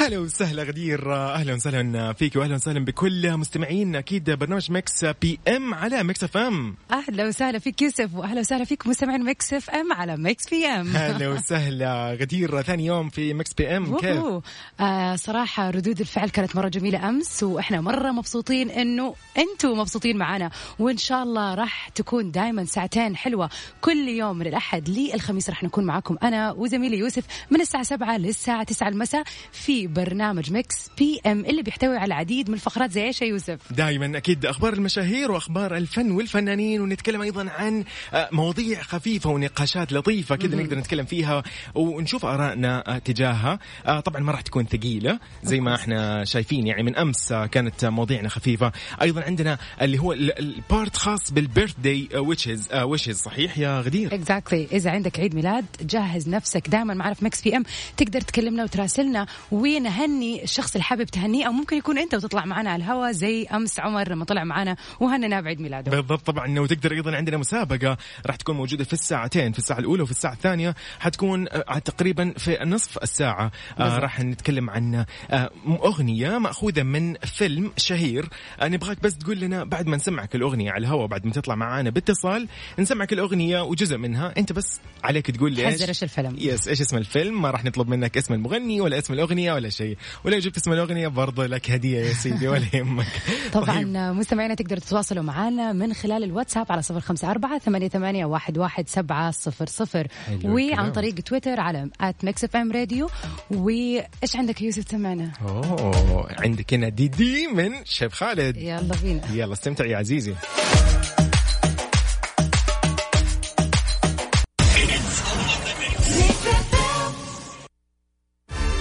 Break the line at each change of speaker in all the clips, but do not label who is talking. هلا وسهلا غدير اهلا وسهلا فيك واهلا وسهلا بكل مستمعينا اكيد برنامج مكس بي ام على مكس اف ام
اهلا وسهلا فيك يوسف واهلا وسهلا فيك مستمعين ميكس اف ام على ميكس بي ام
هلا وسهلا غدير ثاني يوم في مكس بي ام كيف؟
وهو. آه صراحة ردود الفعل كانت مرة جميلة أمس وإحنا مرة مبسوطين إنه أنتم مبسوطين معنا وإن شاء الله راح تكون دائما ساعتين حلوة كل يوم من الأحد للخميس راح نكون معكم أنا وزميلي يوسف من الساعة 7 للساعة 9 المساء في برنامج ميكس بي إم اللي بيحتوي على العديد من الفقرات زي إيش يا يوسف؟
دائما اكيد اخبار المشاهير واخبار الفن والفنانين ونتكلم ايضا عن آه، مواضيع خفيفه ونقاشات لطيفه كذا نقدر نتكلم فيها ونشوف ارائنا آه، تجاهها آه، طبعا ما راح تكون ثقيله زي ما احنا شايفين يعني من امس آه، كانت آه، مواضيعنا خفيفه ايضا عندنا اللي هو ال- البارت خاص آه، بالبيرث داي ويشز ويشز صحيح يا غدير
اكزاكتلي exactly. اذا عندك عيد ميلاد جهز نفسك دائما مع عرف مكس بي ام تقدر تكلمنا وتراسلنا ونهني الشخص اللي حابب تهنيه او ممكن يكون انت وتطلع معنا على الهواء زي امس عمر لما طلع معنا وهننا بعيد ميلاده
بالضبط طبعا وتقدر ايضا عندنا مسابقه راح تكون موجوده في الساعتين في الساعه الاولى وفي الساعه الثانيه حتكون آه، على تقريبا في نصف الساعه آه، راح نتكلم عن آه، م- اغنيه ماخوذه من فيلم شهير آه، نبغاك بس تقول لنا بعد ما نسمعك الاغنيه على الهواء بعد ما تطلع معانا باتصال نسمعك الاغنيه وجزء منها انت بس عليك تقول لي
تحذر إيش الفيلم.
يس ايش اسم الفيلم ما راح نطلب منك اسم المغني ولا اسم الاغنيه ولا شيء ولو جبت اسم الاغنيه برضه لك هديه يا سيدي ولا يهمك
طبعا
طيب.
مستمعينا تقدروا تتواصلوا معنا من خلال الواتساب على صفر خمسة أربعة ثمانية, ثمانية واحد, واحد سبعة صفر صفر
حلو
وعن
الكلام.
طريق تويتر على ات ميكس اف ام راديو وإيش عندك يوسف سمعنا
اوه عندك هنا دي دي من شيف خالد
يلا بينا
يلا استمتع يا عزيزي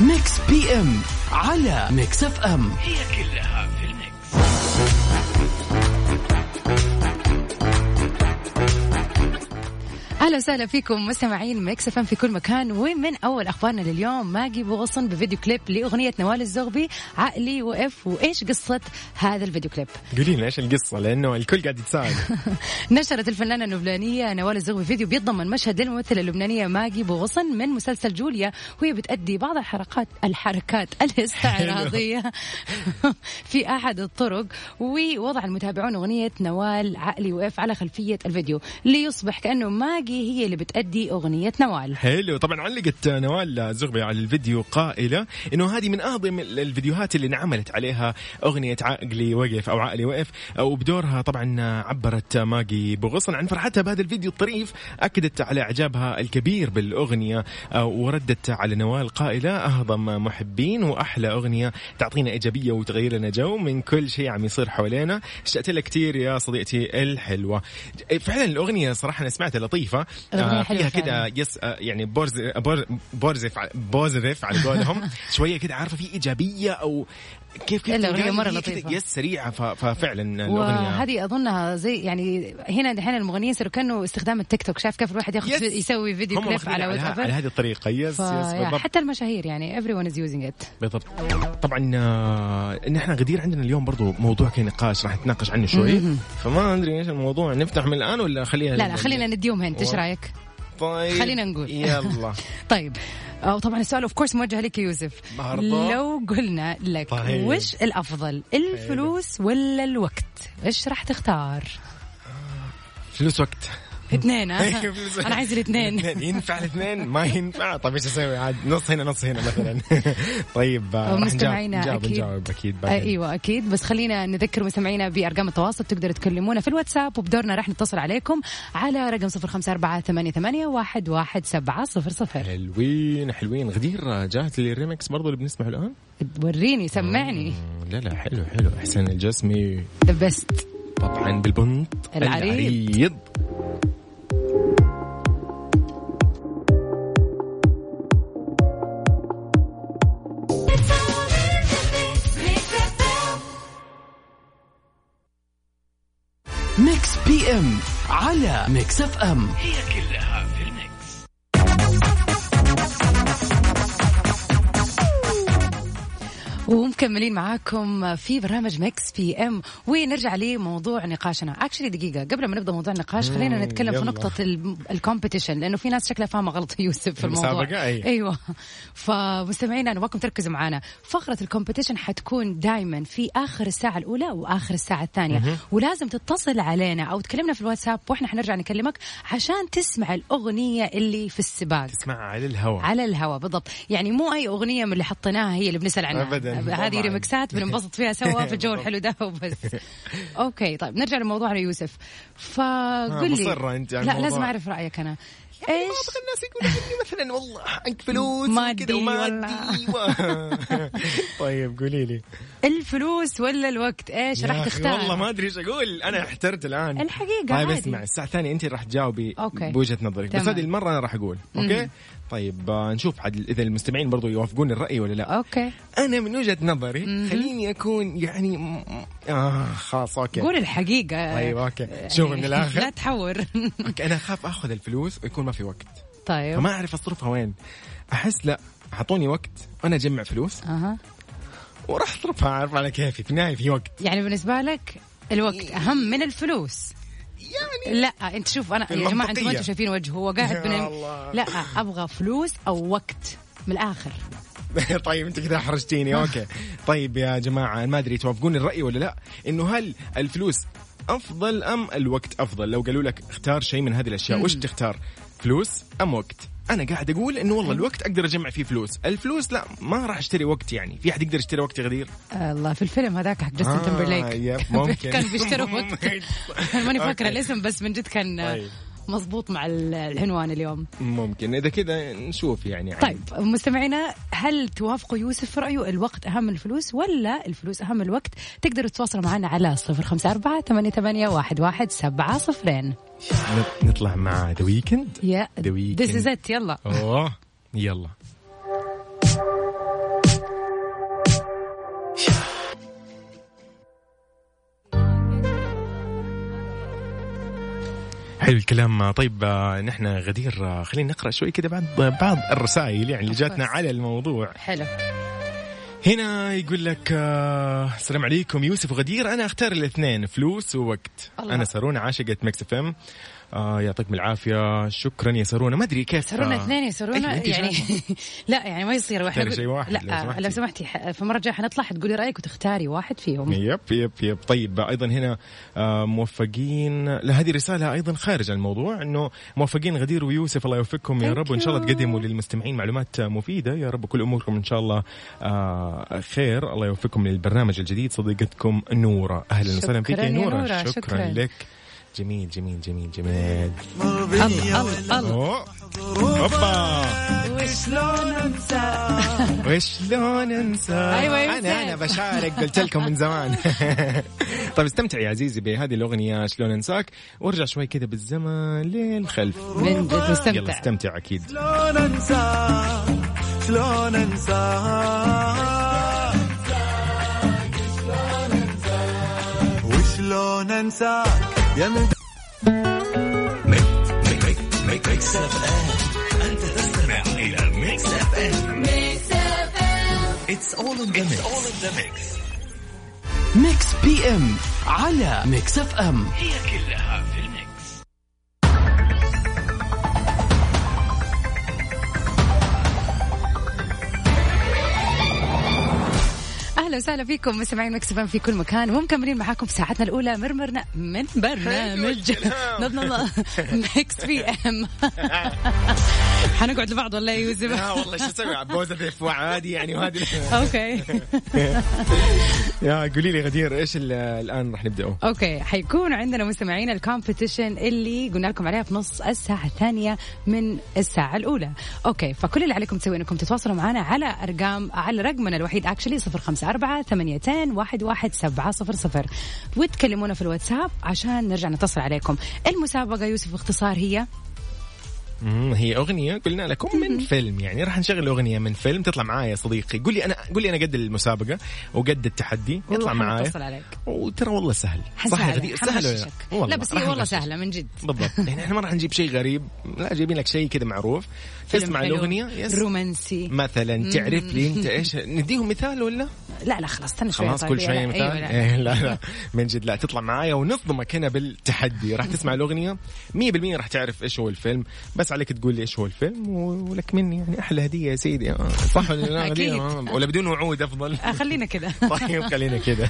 ميكس بي ام على ميكس اف ام
اهلا وسهلا فيكم مستمعين ميكس اف في كل مكان ومن اول اخبارنا لليوم ماجي بوغصن بفيديو كليب لاغنيه نوال الزغبي عقلي وقف وايش قصه هذا الفيديو كليب
قولي لنا ايش القصه لانه الكل قاعد يتساءل
نشرت الفنانه اللبنانيه نوال الزغبي فيديو بيتضمن مشهد للممثله اللبنانيه ماجي بوغصن من مسلسل جوليا وهي بتأدي بعض الحركات الحركات الاستعراضيه في احد الطرق ووضع المتابعون اغنيه نوال عقلي وقف على خلفيه الفيديو ليصبح كانه ماجي هي اللي بتأدي اغنيه نوال
حلو طبعا علقت نوال زغبي على الفيديو قائله انه هذه من اعظم الفيديوهات اللي انعملت عليها اغنيه عقلي وقف او عقلي وقف وبدورها طبعا عبرت ماجي بوغصن عن فرحتها بهذا الفيديو الطريف اكدت على اعجابها الكبير بالاغنيه وردت على نوال قائله اهضم محبين واحلى اغنيه تعطينا ايجابيه وتغير لنا جو من كل شيء عم يصير حوالينا اشتقت لك كثير يا صديقتي الحلوه فعلا الاغنيه صراحه انا سمعتها لطيفه
الأغنية
آه،
حلوة
فيها كده
فعلا.
يس آه، يعني بورز بور- بورزف ع- بورزف على قولهم شويه كده عارفه في ايجابيه او كيف كيف
لا، الأغنية
تنقال؟
مرة
هي كده
لطيفة.
يس سريعه ف- ففعلا الاغنيه
وهذه اظنها زي يعني هنا دحين المغنيين صاروا كانه استخدام التيك توك شايف كيف الواحد ياخذ
يس.
يسوي فيديو
هم
كليب
واخدين
على
على,
وات
ه- على
ايفر
هذه الطريقه يس يس بالضبط
حتى المشاهير يعني everyone is using it
بالضبط طبعا آه، ان احنا غدير عندنا اليوم برضو موضوع كي نقاش راح نتناقش عنه شوي فما ادري ايش الموضوع نفتح من الان ولا خلينا
لا لا خلينا نديهم هنت ايش
والله.
رايك؟
طيب
خلينا نقول.
يلا
طيب أو طبعا السؤال اوف كورس موجه لك يا يوسف
برضو.
لو قلنا لك
طيب.
وش الافضل الفلوس ولا الوقت؟ ايش راح تختار؟
فلوس وقت أيوة،
اثنين ها؟
فلوس وقت.
انا عايز الاثنين
الاثنين ينفع الاثنين ما ينفع طيب ايش اسوي عاد نص هنا نص هنا مثلا طيب آه، راح نجاوب
مستمعينا
نجاوب
أكيد.
نجاوب اكيد
آه،
بعدين
ايوه اكيد بس خلينا نذكر مستمعينا بارقام التواصل تقدروا تكلمونا في الواتساب وبدورنا راح نتصل عليكم على رقم
إيه.
0548811700
حلوين حلوين غدير آه، جاهز للريمكس برضو اللي بنسمعه الان
وريني سمعني
لا لا حلو حلو احسان الجسمي
ذا بيست
طبعا بالبنط
العريض.
العريض.
ميكس بي ام على ميكس اف ام
ومكملين معاكم في برنامج مكس بي ام ونرجع لموضوع نقاشنا اكشلي دقيقه قبل ما نبدا موضوع النقاش خلينا
مم،
نتكلم في
يلا.
نقطه الكومبيتيشن لانه في ناس شكلها فاهمه غلط يوسف في الموضوع
المسابقة، أي.
ايوه فمستمعينا انا ابغاكم تركزوا معنا فقره الكومبيتيشن حتكون دائما في اخر الساعه الاولى واخر الساعه الثانيه ولازم تتصل علينا او تكلمنا في الواتساب واحنا حنرجع نكلمك عشان تسمع الاغنيه اللي في السباق
تسمع على الهواء
على الهواء بالضبط يعني مو اي اغنيه من اللي حطيناها هي اللي بنسال عنها
أبداً،
هذه
طبعاً.
ريمكسات بننبسط فيها سوا في الجو الحلو ده وبس اوكي طيب نرجع لموضوعنا يوسف فقل لي
مصرة أنت على
لا
الموضوع.
لازم اعرف رايك انا
ما
ايش
ابغى الناس يقولوا عني مثلا والله عنك فلوس
مادي
وكذا ومادي و- طيب قولي لي
الفلوس ولا الوقت ايش
يا
راح
أخي
تختار
والله ما ادري ايش اقول انا احترت الان
الحقيقة
طيب
عادي.
اسمع الساعه الثانيه انت راح تجاوبي
أوكي.
بوجهه نظرك بس
تمام.
هذه المره انا راح اقول اوكي طيب آه، نشوف عاد اذا المستمعين برضو يوافقون الراي ولا لا
اوكي
انا من وجهه نظري خليني اكون يعني م- م- اه خلاص اوكي
قول الحقيقه
طيب اوكي شوف من
لا
الاخر
تحور
أوكي، انا اخاف اخذ الفلوس ويكون ما في وقت
طيب
فما اعرف اصرفها وين احس لا اعطوني وقت وانا اجمع فلوس
اها
وراح اصرفها عارف على كيفي في النهايه في وقت
يعني بالنسبه لك الوقت اهم من الفلوس
يعني
لا انت شوف انا يا جماعه انتم ما
المنطقية.
انتم شايفين وجهه هو
يا
قاعد بين
الله.
لا ابغى فلوس او وقت من الاخر
طيب انت كذا احرجتيني اوكي طيب يا جماعه ما ادري توافقون الراي ولا لا انه هل الفلوس افضل ام الوقت افضل لو قالوا لك اختار شيء من هذه الاشياء وش تختار فلوس ام وقت انا قاعد اقول انه والله الوقت اقدر اجمع فيه فلوس الفلوس لا ما راح اشتري وقت يعني في احد يقدر يشتري وقت يا غدير
الله في الفيلم هذاك حق جاستن
آه،
تمبرليك
يب، ممكن.
كان بيشتروا وقت أنا ماني فاكره
أوكي.
الاسم بس من جد كان
طيب.
مضبوط مع ال- العنوان اليوم
ممكن اذا كذا نشوف يعني عن-
طيب مستمعينا هل توافقوا يوسف في رأيه الوقت أهم من الفلوس ولا الفلوس أهم من الوقت تقدروا تتواصلوا معنا على صفر خمسة أربعة ثمانية ثمانية واحد واحد سبعة صفرين
نط- نطلع مع ذا ويكند
يا
The Weeknd.
ذس از ات يلا
اوه يلا حلو الكلام طيب آه، نحن غدير آه، خلينا نقرا شوي كده بعض بعض الرسائل يعني اللي
Of
جاتنا
course.
على الموضوع
حلو
هنا يقول لك آه، السلام عليكم يوسف وغدير انا اختار الاثنين فلوس ووقت
الله.
انا سارونا عاشقه مكس اف ام آه يعطيكم العافيه شكرا يا سارونا ما ادري كيف
سرونا
آه،
اثنين يا سرونا
أيوة، أنت
يعني
شايفة.
لا يعني ما يصير واحنا
ترى
بن-
شيء واحد، لو
لا آه،
سمحتي.
لو سمحتي ح- في مره جايه حنطلع حتقولي رايك وتختاري واحد فيهم
يب يب يب طيب ايضا هنا آه، موفقين لا هذه رساله ايضا خارج عن الموضوع انه موفقين غدير ويوسف الله يوفقكم يا
Thank
رب وان شاء الله
you.
تقدموا للمستمعين معلومات مفيده يا رب كل اموركم ان شاء الله آه، خير الله يوفقكم للبرنامج الجديد صديقتكم نوره اهلا وسهلا فيك
شكراً
يا
يا
نوره
نورة،
شكرا,
شكراً.
لك جميل جميل جميل جميل
الله الله الله
أوه. هوبا
وشلون انسى
وشلون انسى
أيوة،
انا انا
يوسف.
بشارك قلت لكم من زمان طيب استمتع يا عزيزي بهذه الاغنيه شلون انساك وارجع شوي كذا بالزمن للخلف
من جد
يلا
مستمتع
استمتع اكيد
شلون انساه شلون انساه وشلون انساك يا من ميكس اف ام انت تستمع الى ميكس اف ام اتس اول ان ذا ميكس ميكس بي ام على ميكس اف ام
اهلا وسهلا فيكم مستمعين مكسبان في كل مكان ومكملين معاكم في ساعتنا الاولى من برنا من برنامج
الكلام.
نضن الله مكس بي ام حنقعد لبعض والله يا يوسف
لا آه، والله شو اسوي عبوزه في عادي يعني وهذه
اوكي
يا قولي لي غدير ايش ال- الان راح نبداه
اوكي حيكون عندنا مستمعين الكومبيتيشن اللي قلنا لكم عليها في نص الساعه الثانيه من الساعه الاولى اوكي فكل اللي عليكم تسوي انكم تتواصلوا معنا على ارقام على رقمنا الوحيد اكشلي 054 أربعة ثمانيتين واحد واحد سبعة صفر صفر وتكلمونا في الواتساب عشان نرجع نتصل عليكم المسابقة يوسف باختصار هي
مم، هي اغنيه قلنا لكم من فيلم يعني راح نشغل اغنيه من فيلم تطلع معايا يا صديقي قول لي انا قول لي انا قد المسابقه وقد التحدي
يلا
يطلع معايا
حنتصل عليك
وترى والله سهل صح يا غدير سهل ولا
سهل لا بس هي
راح
والله
نغش.
سهلة من جد
بالضبط يعني احنا ما راح نجيب شيء غريب لا جايبين لك شيء كذا معروف
فيلم
تسمع
حلو،
الاغنيه يس
رومانسي
مثلا تعرف لي انت ايش نديهم مثال ولا
لا لا خلاص استنى شوي
خلاص
طيب.
كل
لا،
شيء مثال
أيوة، لا.
إيه، لا لا من جد لا تطلع معايا ونظلمك هنا بالتحدي راح تسمع الاغنيه 100% راح تعرف ايش هو الفيلم بس عليك تقول لي ايش هو الفيلم و- ولك مني يعني احلى هديه يا سيدي آه، صح ولا لا
أكيد.
غدير؟ آه، ولا بدون وعود افضل
آه، خلينا كذا
طيب خلينا كذا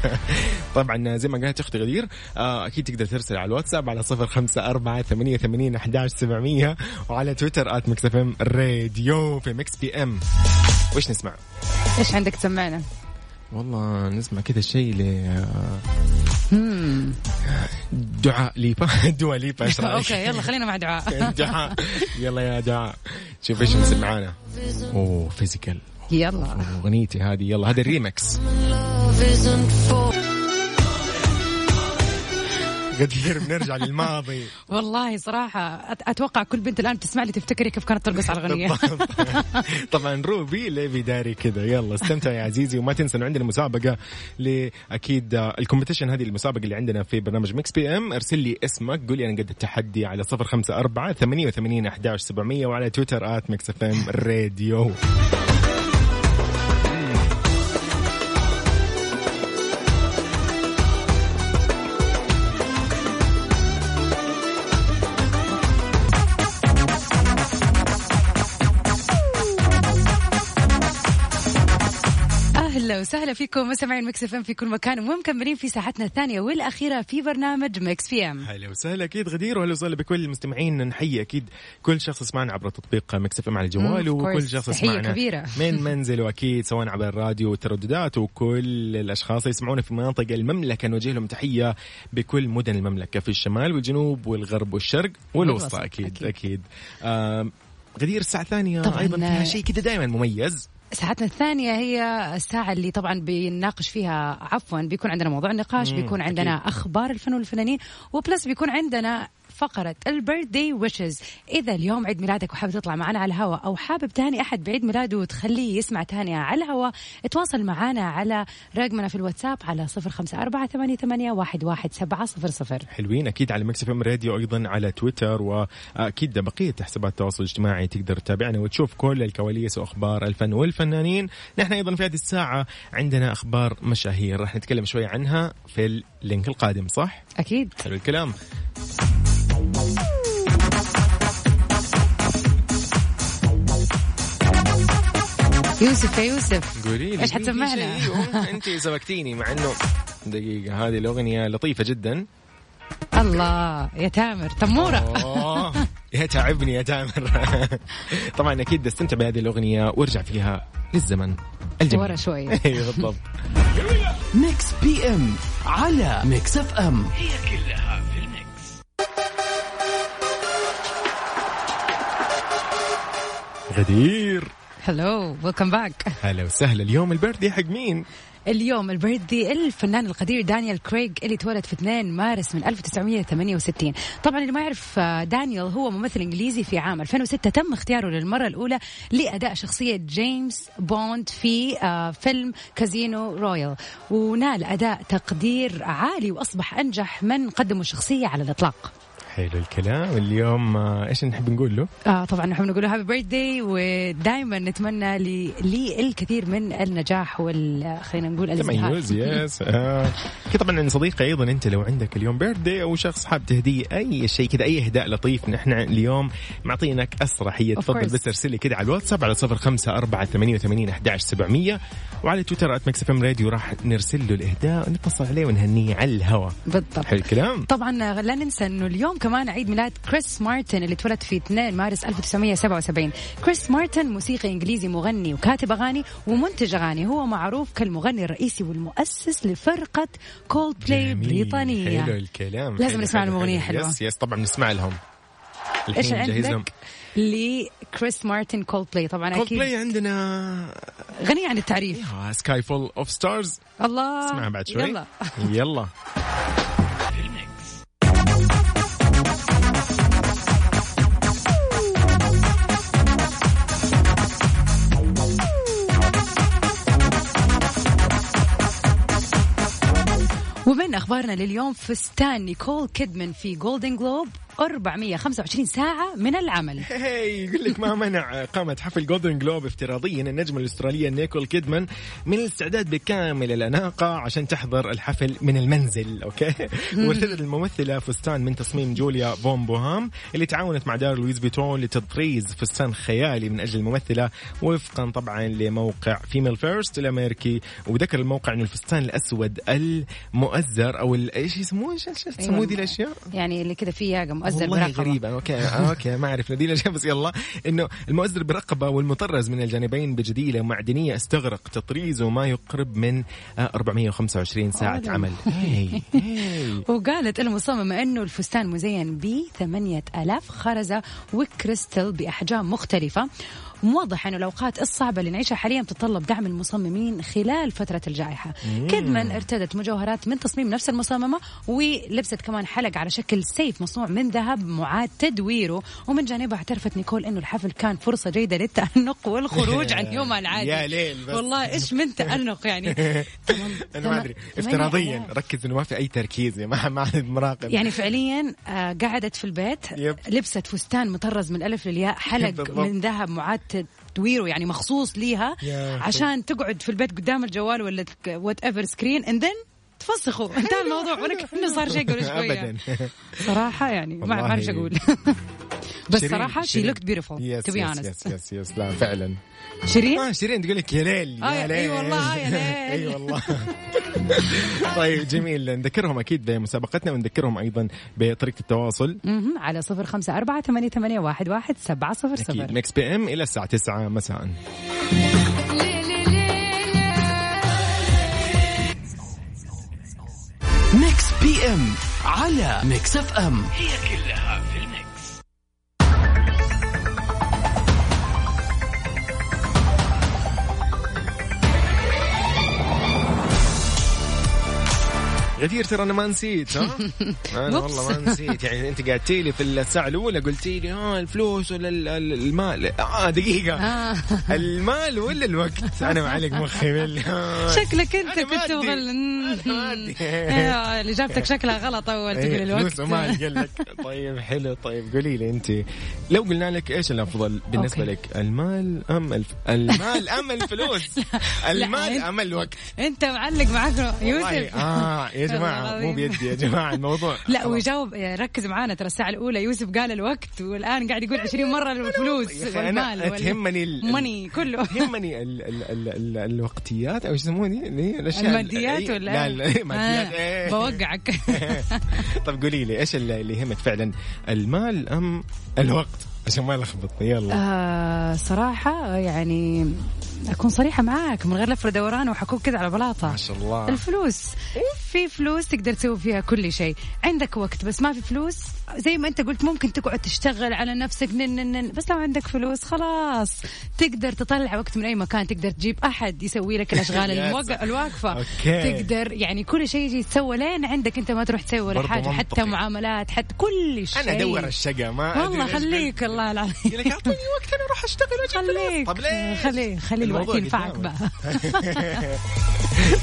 طبعا زي ما قالت اختي غدير آه، اكيد تقدر ترسل على الواتساب على 054 88 11700 وعلى تويتر ات ميكس اف ام راديو في ميكس بي ام وايش نسمع؟
ايش عندك تسمعنا؟
والله نسمع كذا شيء ل آه،
مم.
دعاء ليبا دعاء ليبا ايش رايك؟
اوكي يلا خلينا مع دعاء
دعاء يلا يا دعاء شوف ايش مسمعانا اوه فيزيكال
يلا
اغنيتي هذه يلا هذا الريمكس غدير بنرجع للماضي
والله صراحة أت- أتوقع كل بنت الآن بتسمع لي تفتكري كيف كانت ترقص على الأغنية
بالضبط. طبعا روبي ليفي داري كذا يلا استمتع يا عزيزي وما تنسى انه عندنا مسابقه لاكيد الكومبيتيشن هذه المسابقه اللي عندنا في برنامج مكس بي ام ارسل لي اسمك قول لي انا قد التحدي على 054 88 11700 وعلى تويتر ات مكس اف ام راديو
أهلا وسهلا فيكم مستمعين مكس اف ام في كل مكان ومكملين في ساعتنا الثانية والأخيرة في برنامج مكس في ام
هلا وسهلا اكيد غدير واهلا وسهلا بكل المستمعين نحيي اكيد كل شخص يسمعنا عبر تطبيق مكس اف ام على الجوال
مم، Mm, of
وكل
course.
شخص
تحية
يسمعنا
كبيرة.
من منزله اكيد سواء عبر الراديو والترددات وكل الاشخاص اللي يسمعونا في مناطق المملكه نوجه لهم تحيه بكل مدن المملكه في الشمال والجنوب والغرب والشرق والوسطى
والوسط،
اكيد
أكيد.
اكيد, أكيد. آم غدير الساعه الثانيه
طبعاً،
ايضا
آه،
فيها شيء كذا دائما مميز
ساعتنا الثانية هي الساعة اللي طبعا بنناقش فيها عفوا بيكون عندنا موضوع نقاش
مم،
بيكون عندنا أخبار الفن والفنانين وبلس بيكون عندنا فقرة البيرثدي ويشز إذا اليوم عيد ميلادك وحابب تطلع معنا على الهواء أو حابب تهني أحد بعيد ميلاده وتخليه يسمع تهنئة على الهواء تواصل معنا على رقمنا في الواتساب على صفر خمسة أربعة ثمانية واحد سبعة صفر صفر
حلوين اكيد على مكس اف ام راديو ايضا على تويتر واكيد بقيه حسابات التواصل الاجتماعي تقدر تتابعنا وتشوف كل الكواليس واخبار الفن والفنانين نحن ايضا في هذه الساعه عندنا اخبار مشاهير راح نتكلم شوي عنها في اللينك القادم صح
أكيد
حلو الكلام
يوسف يا يوسف
قولي لي
إيش
في- في
حتسمعنا؟
شيء؟ أوه، انت سبكتيني مع انه دقيقه هذه الاغنيه لطيفه جدا
الله يا تامر تمورة
أوه، يا تعبني يا تامر طبعا اكيد استمتع بهذه الاغنيه وارجع فيها للزمن الجميل
ورا شوي
ايوه بالضبط
ميكس بي ام على ميكس اف ام
غدير
هلو ويلكم باك
هلا وسهلا اليوم البردي حق مين؟
اليوم البردي الفنان القدير دانيال كريغ اللي تولد في 2 مارس من 1968 طبعا اللي ما يعرف آه، دانيال هو ممثل انجليزي في عام 2006 تم اختياره للمرة الأولى لأداء شخصية جيمس بوند في آه، فيلم كازينو رويال ونال أداء تقدير عالي وأصبح أنجح من قدموا الشخصية على الإطلاق
حلو الكلام اليوم آه، ايش نحب نقول له؟
آه طبعا نحن نقول هابي بيرث داي ودائما نتمنى لي, لي الكثير من النجاح وال خلينا نقول الازدهار
تميز يس آه. أكيد طبعا عن صديقي ايضا انت لو عندك اليوم بيرثدي او شخص حاب تهديه اي شيء كذا اي اهداء لطيف نحن اليوم معطينك اسرع هي
Of
تفضل
course.
بس ارسل لي كذا على الواتساب على 05488 11700 وعلى تويتر @مكسف ام راديو راح نرسل له الاهداء ونتصل عليه ونهنيه على الهواء
بالضبط
حلو الكلام
طبعا لا ننسى انه اليوم كمان عيد ميلاد كريس مارتن اللي اتولد في 2 مارس 1977 كريس مارتن موسيقي انجليزي مغني وكاتب اغاني ومنتج اغاني هو معروف كالمغني الرئيسي والمؤسس لفرقه كولد بلاي
جميل. حلو
بريطانيه
الكلام
طيب، لازم
حلو،
نسمع
حلو،
لهم أغنية
حلو.
حلوة.
يس يس طبعا نسمع لهم
ايش
الحين مجهزهم
عندك لكريس مارتن كولد بلاي طبعا
كولد بلاي
اكيد
عندنا آه،
غني عن التعريف
سكاي فول اوف ستارز
الله
اسمعها بعد شوي
آه، يلا
يلا
ومن اخبارنا لليوم فستان نيكول كيدمن في جولدن جلوب 425 ساعة من العمل
هي يقول لك ما منع قامت حفل جولدن جلوب افتراضيا النجمة الأسترالية نيكول كيدمان من الاستعداد بكامل الأناقة عشان تحضر الحفل من المنزل أوكي وارتدت الممثلة فستان من تصميم جوليا فون بوهام اللي تعاونت مع دار لويس فيتون لتطريز فستان خيالي من أجل الممثلة وفقا طبعا لموقع فيميل فيرست الأمريكي وذكر الموقع أن الفستان الأسود المؤزر أو ال- إيش يسموه إيش إيش يسموه دي الأشياء
يعني اللي كذا فيه ياقة مؤزر
والله
برقبة
غريبة اوكي اوكي ما اعرف دي الاشياء بس يلا انه المؤزر برقبة والمطرز من الجانبين بجديلة معدنية استغرق تطريزه ما يقرب من آه، 425 ساعة
أوه.
عمل هي، هي.
وقالت المصممة أنه الفستان مزين ب 8000 خرزة وكريستال بأحجام مختلفة موضح أنه الأوقات الصعبة اللي نعيشها حاليا تتطلب دعم المصممين خلال فترة الجائحة كدمن ارتدت مجوهرات من تصميم نفس المصممة ولبست كمان حلق على شكل سيف مصنوع من ذهب معاد تدويره ومن جانبها اعترفت نيكول أنه الحفل كان فرصة جيدة للتأنق والخروج عن يومها العادي
يا ليل بس.
والله إيش من تأنق يعني تمام-
انا ما ادري
تمام-
افتراضيا ركز انه ما في اي تركيز يا ما ما حد مراقب
يعني فعليا آه، قعدت في البيت
يب.
لبست فستان مطرز من الالف للياء حلق
بالضبط.
من ذهب معاد تدويره يعني مخصوص ليها
يا أخي.
عشان تقعد في البيت قدام الجوال ولا وات ايفر سكرين اند ذن تفسخوا انتهى الموضوع ولا كانه صار شيء قبل شويه
ابدا
صراحه يعني ما ما اعرف إيش
والله.
اقول بس صراحه شي لوكت بيوتيفول تو بي
يس
اونست
يس يس لا فعلا
شيرين
ما شيرين تقول لك يا ليل
آه،
يا
أي
ليل
والله، يا ليل.
اي والله طيب جميل نذكرهم اكيد بمسابقتنا ونذكرهم ايضا بطريقه التواصل
مهم. على صفر خمسة أربعة ثمانية ثمانية واحد واحد سبعة صفر
اكيد
صفر
ميكس بي ام الى الساعه 9 مساء
ميكس بي ام على ميكس اف ام
غدير ترى انا ما نسيت ها انا والله ما نسيت يعني انت قعدتي لي في الساعه الاولى قلتي لي ها الفلوس ولا ال- ال- المال اه دقيقه
آه.
المال ولا الوقت انا معلق مخي بال-
شكلك انت
أنا ما
كنت
أدري.
مغل
أنا ما أدري.
إيه، اللي اجابتك شكلها غلط اول تقول
إيه،
الوقت
فلوس ومال قال لك طيب حلو طيب قولي لي انت لو قلنا لك ايش الافضل بالنسبه
أوكي.
لك المال ام الف... المال ام الفلوس المال
لا.
ام الوقت
انت معلق معك
والله،
يوسف
اه يا جماعه
والله
مو
العظيم.
بيدي يا جماعه الموضوع
لا
خلاص.
ويجاوب إيه، ركز معانا ترى الساعة الأولى يوسف قال الوقت والآن قاعد يقول 20 مرة الفلوس
يا أخي أنا
والمال وال-
تهمني ال- ال-
موني كله
يهمني ال ال ال ال الوقتيات او ايش يسموني اللي هي الاشياء ال-
الماديات
إيه،
ولا
لا لا،
إيه؟
الماديات
آه،
إيه.
بوقعك
طب قولي لي ايش اللي اللي يهمك فعلا المال ام الوقت عشان ما لخبط يلا
آه، صراحة يعني أكون صريحة معاك من غير لف ودوران وحكوك كذا على بلاطة
ما شاء الله
الفلوس في فلوس تقدر تسوي فيها كل شيء عندك وقت بس ما في فلوس زي ما انت قلت ممكن تقعد تشتغل على نفسك نن نن نن. بس لو عندك فلوس خلاص تقدر تطلع وقت من اي مكان تقدر تجيب احد يسوي لك الاشغال
يا
الموق-
سلام.
الواقفه
أوكي.
تقدر يعني كل شيء يجي يتسوى لين عندك انت ما تروح تسوي ولا
برضو
حاجه حتى
منطقي.
معاملات حتى كل شيء
انا ادور الشقه ما أدري
والله
ليش
خليك
بنزل.
الله العظيم
يقول لك اعطيني وقت انا اروح اشتغل واجيب
خليك
فلوس. طب ليش؟
خلي خلي الوقت
طيب. الموضوع
ينفعك
قدامك.
بقى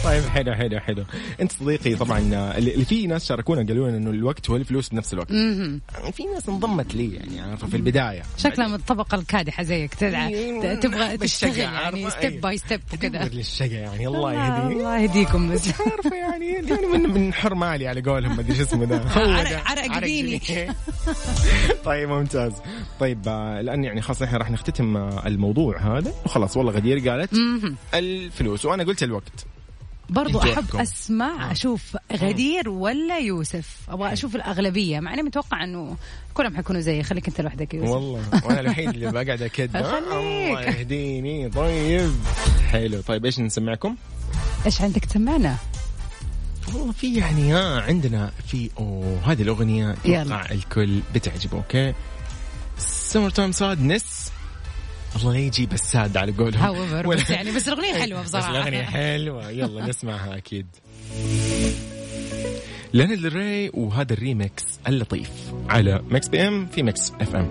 طيب حلو حلو حلو انت صديقي طبعا اللي في ناس شاركونا قالوا لنا انه الوقت هو الفلوس بنفس الوقت
مهم.
في ناس انضمت لي يعني عارفه في البدايه
شكلها من الطبقة الكادحة زيك تدعى
إيه،
تبغى
بالشقة،
تشتغل يعني
عارفة؟
ستيب
إيه.
باي ستيب وكذا
تدور للشقه يعني الله
الله
يهديك
الله يهديكم بس
عارفه يعني يعني من من حر مالي على قولهم ما ادري شو اسمه ده هو ده.
عرق- عرق ديني.
ديني. طيب ممتاز طيب آه، الان يعني خلاص احنا راح نختتم آه، الموضوع هذا وخلاص والله غدير قالت الفلوس وانا قلت الوقت
برضو
انتوا
احب
أحكم. آه.
اسمع اشوف غدير ولا يوسف ابغى اشوف الاغلبيه مع اني متوقع انه كلهم حيكونوا زيي خليك انت لوحدك يا يوسف
والله وانا الوحيد اللي بقعد اكد آه، الله
خليك.
يهديني طيب حلو طيب ايش نسمعكم؟
ايش عندك تسمعنا
والله في يعني ها عندنا في اوه هذه الاغنيه
يلا.
اتوقع الكل بتعجبه اوكي سمر تايم سادنس الله لا يجيب الساد على قولهم
هاوفر بس يعني بس الاغنيه حلوه بصراحه
بس الاغنيه حلوه يلا نسمعها اكيد لانا دري وهذا الريمكس اللطيف على مكس بي ام في مكس اف ام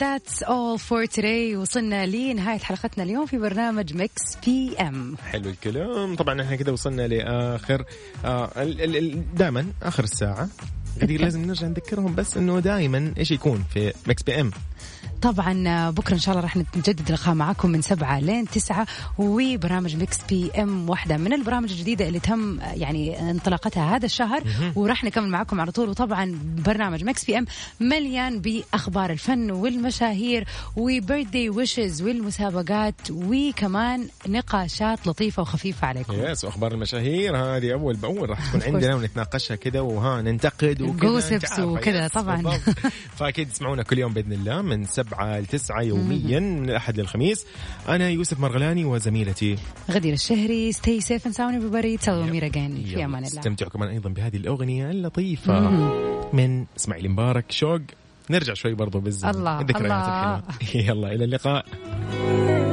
ذاتس اول فور توداي وصلنا لنهايه حلقتنا اليوم في برنامج مكس بي ام
حلو الكلام طبعا احنا كده وصلنا لاخر آه دائما اخر الساعه غدير لازم نرجع نذكرهم بس انه دائما ايش يكون في مكس بي ام
طبعا بكره ان آه، شاء الله راح نجدد اللقاء معكم من سبعة لين تسعة وبرامج ميكس بي ام واحده من البرامج الجديده اللي تم يعني انطلاقتها هذا الشهر وراح نكمل معكم على طول وطبعا برنامج ميكس بي ام مليان باخبار الفن والمشاهير وبيرثدي ويشز والمسابقات وكمان نقاشات لطيفه وخفيفه عليكم
يس واخبار المشاهير هذه اول باول راح تكون عندنا ونتناقشها كذا وها ننتقد
وكذا وكذا طبعا
فاكيد تسمعونا كل يوم باذن الله من سبعة 7 ل 9 يوميا من الاحد للخميس انا يوسف مرغلاني وزميلتي
غدير الشهري ستي سيف اند ساوند everybody تسوي مير اجين في امان الله
استمتعوا كمان ايضا بهذه الاغنيه اللطيفه من اسماعيل مبارك شوق نرجع شوي برضو بالزمن
الله
الذكريات الحلوه يلا الى اللقاء